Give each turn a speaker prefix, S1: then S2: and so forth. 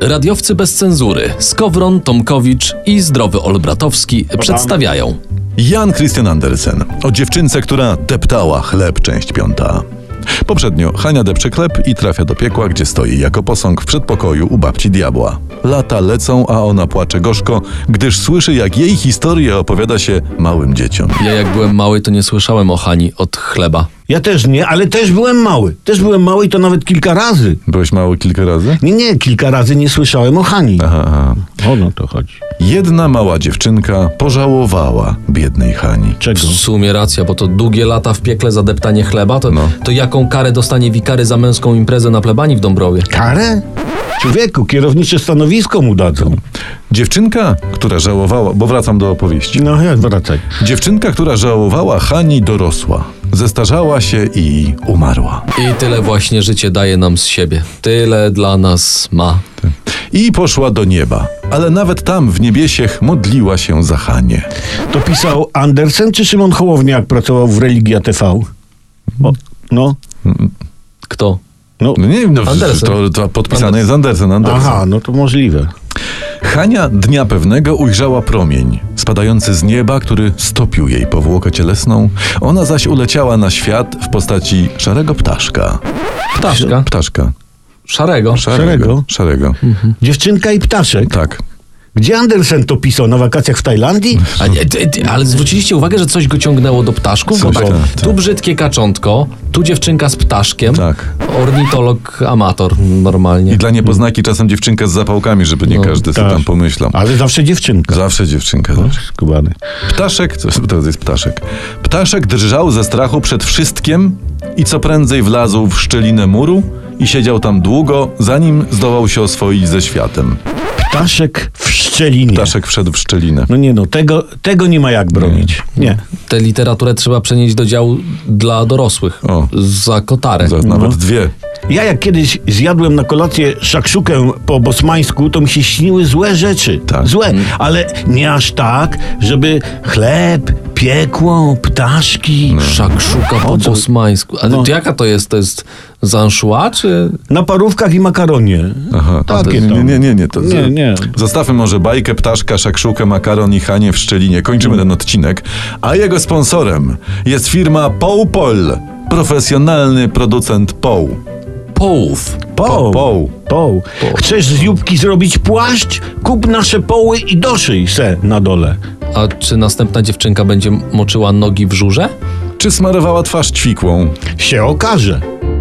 S1: Radiowcy bez cenzury, Skowron, Tomkowicz i Zdrowy Olbratowski przedstawiają.
S2: Jan Christian Andersen o dziewczynce, która deptała chleb, część piąta. Poprzednio Hania depcze chleb i trafia do piekła, gdzie stoi jako posąg w przedpokoju u babci diabła. Lata lecą, a ona płacze gorzko, gdyż słyszy, jak jej historię opowiada się małym dzieciom.
S1: Ja jak byłem mały, to nie słyszałem o Hani od chleba.
S3: Ja też nie, ale też byłem mały. Też byłem mały i to nawet kilka razy.
S2: Byłeś mały kilka razy?
S3: Nie, nie, kilka razy nie słyszałem o Hani.
S2: Aha, aha.
S3: O no to chodzi.
S2: Jedna mała dziewczynka pożałowała biednej Hani.
S3: Czego?
S1: W sumie racja, bo to długie lata w piekle za deptanie chleba, to,
S2: No.
S1: to jaką karę dostanie wikary za męską imprezę na plebanii w Dąbrowie?
S3: Karę? Człowieku, kierownicze stanowisko mu dadzą.
S2: Dziewczynka, która żałowała, bo wracam do opowieści.
S3: No, ja wracaj.
S2: Dziewczynka, która żałowała Hani, dorosła. Zestarzała się i umarła.
S1: I tyle właśnie życie daje nam z siebie. Tyle dla nas ma.
S2: I poszła do nieba, ale nawet tam w niebiesiech modliła się za Hanie.
S3: To pisał Andersen czy Szymon Hołowniak pracował w Religia TV? Bo, no,
S1: Kto?
S3: no.
S2: No nie wiem, no,
S1: Andersen.
S2: to, to podpisane jest Andersen, Andersen.
S3: Aha, no to możliwe.
S2: Hania dnia pewnego ujrzała promień, spadający z nieba, który stopił jej powłokę cielesną. Ona zaś uleciała na świat w postaci szarego ptaszka.
S1: Ptaszka.
S2: Ptaszka.
S1: Szarego.
S2: Szarego.
S3: Szarego? Mhm.
S2: Szarego.
S3: Dziewczynka i ptaszek.
S2: Tak.
S3: Gdzie Andersen to pisał? Na wakacjach w Tajlandii?
S1: A, nie, ty, ty, ale zwróciliście uwagę, że coś go ciągnęło do ptaszków? Bo
S2: Coś
S1: tak,
S2: tak, tak.
S1: tu brzydkie kaczątko, tu dziewczynka z ptaszkiem,
S2: Tak.
S1: ornitolog amator normalnie.
S2: I dla niepoznaki czasem dziewczynka z zapałkami, żeby nie każdy sobie
S3: tak.
S2: tam pomyślał.
S3: Ale zawsze dziewczynka.
S2: Zawsze dziewczynka. Zawsze.
S3: Skubany.
S2: Ptaszek, co to jest ptaszek? Ptaszek drżał ze strachu przed wszystkim i co prędzej wlazł w szczelinę muru i siedział tam długo, zanim zdołał się oswoić ze światem.
S3: Ptaszek w szczelinie.
S2: Ptaszek wszedł w szczelinę.
S3: No nie no, tego, tego nie ma jak bronić. Nie.
S1: Tę literaturę trzeba przenieść do działu dla dorosłych.
S2: O.
S1: Za kotarę.
S2: Za,
S3: No.
S2: Nawet dwie.
S3: Ja jak kiedyś zjadłem na kolację szakszukę po bosmańsku, to mi się śniły złe rzeczy.
S2: Tak.
S3: Złe, ale nie aż tak, żeby chleb, piekło, ptaszki.
S2: Mm.
S1: Szakszuka po
S3: O co?
S1: bosmańsku. Ale
S3: No.
S1: to jaka to jest? To jest zanszła, czy...
S3: Na parówkach i makaronie.
S2: Aha.
S3: Takie
S2: nie, nie,
S3: Tak, tam.
S2: nie, nie, nie, to,
S3: Nie, nie.
S2: Zostawmy może bajkę, ptaszka, szakszukę, makaron i Hanie w Szczelinie.
S3: No.
S2: Kończymy ten odcinek. A jego sponsorem jest firma Poupol. Profesjonalny producent poł.
S1: Połów.
S2: Po- poł.
S3: Poł. Chcesz z jubki zrobić płaszcz? Kup nasze poły i doszyj se na dole.
S1: A czy następna dziewczynka będzie moczyła nogi w żurze?
S2: Czy smarowała twarz ćwikłą?
S3: Się okaże.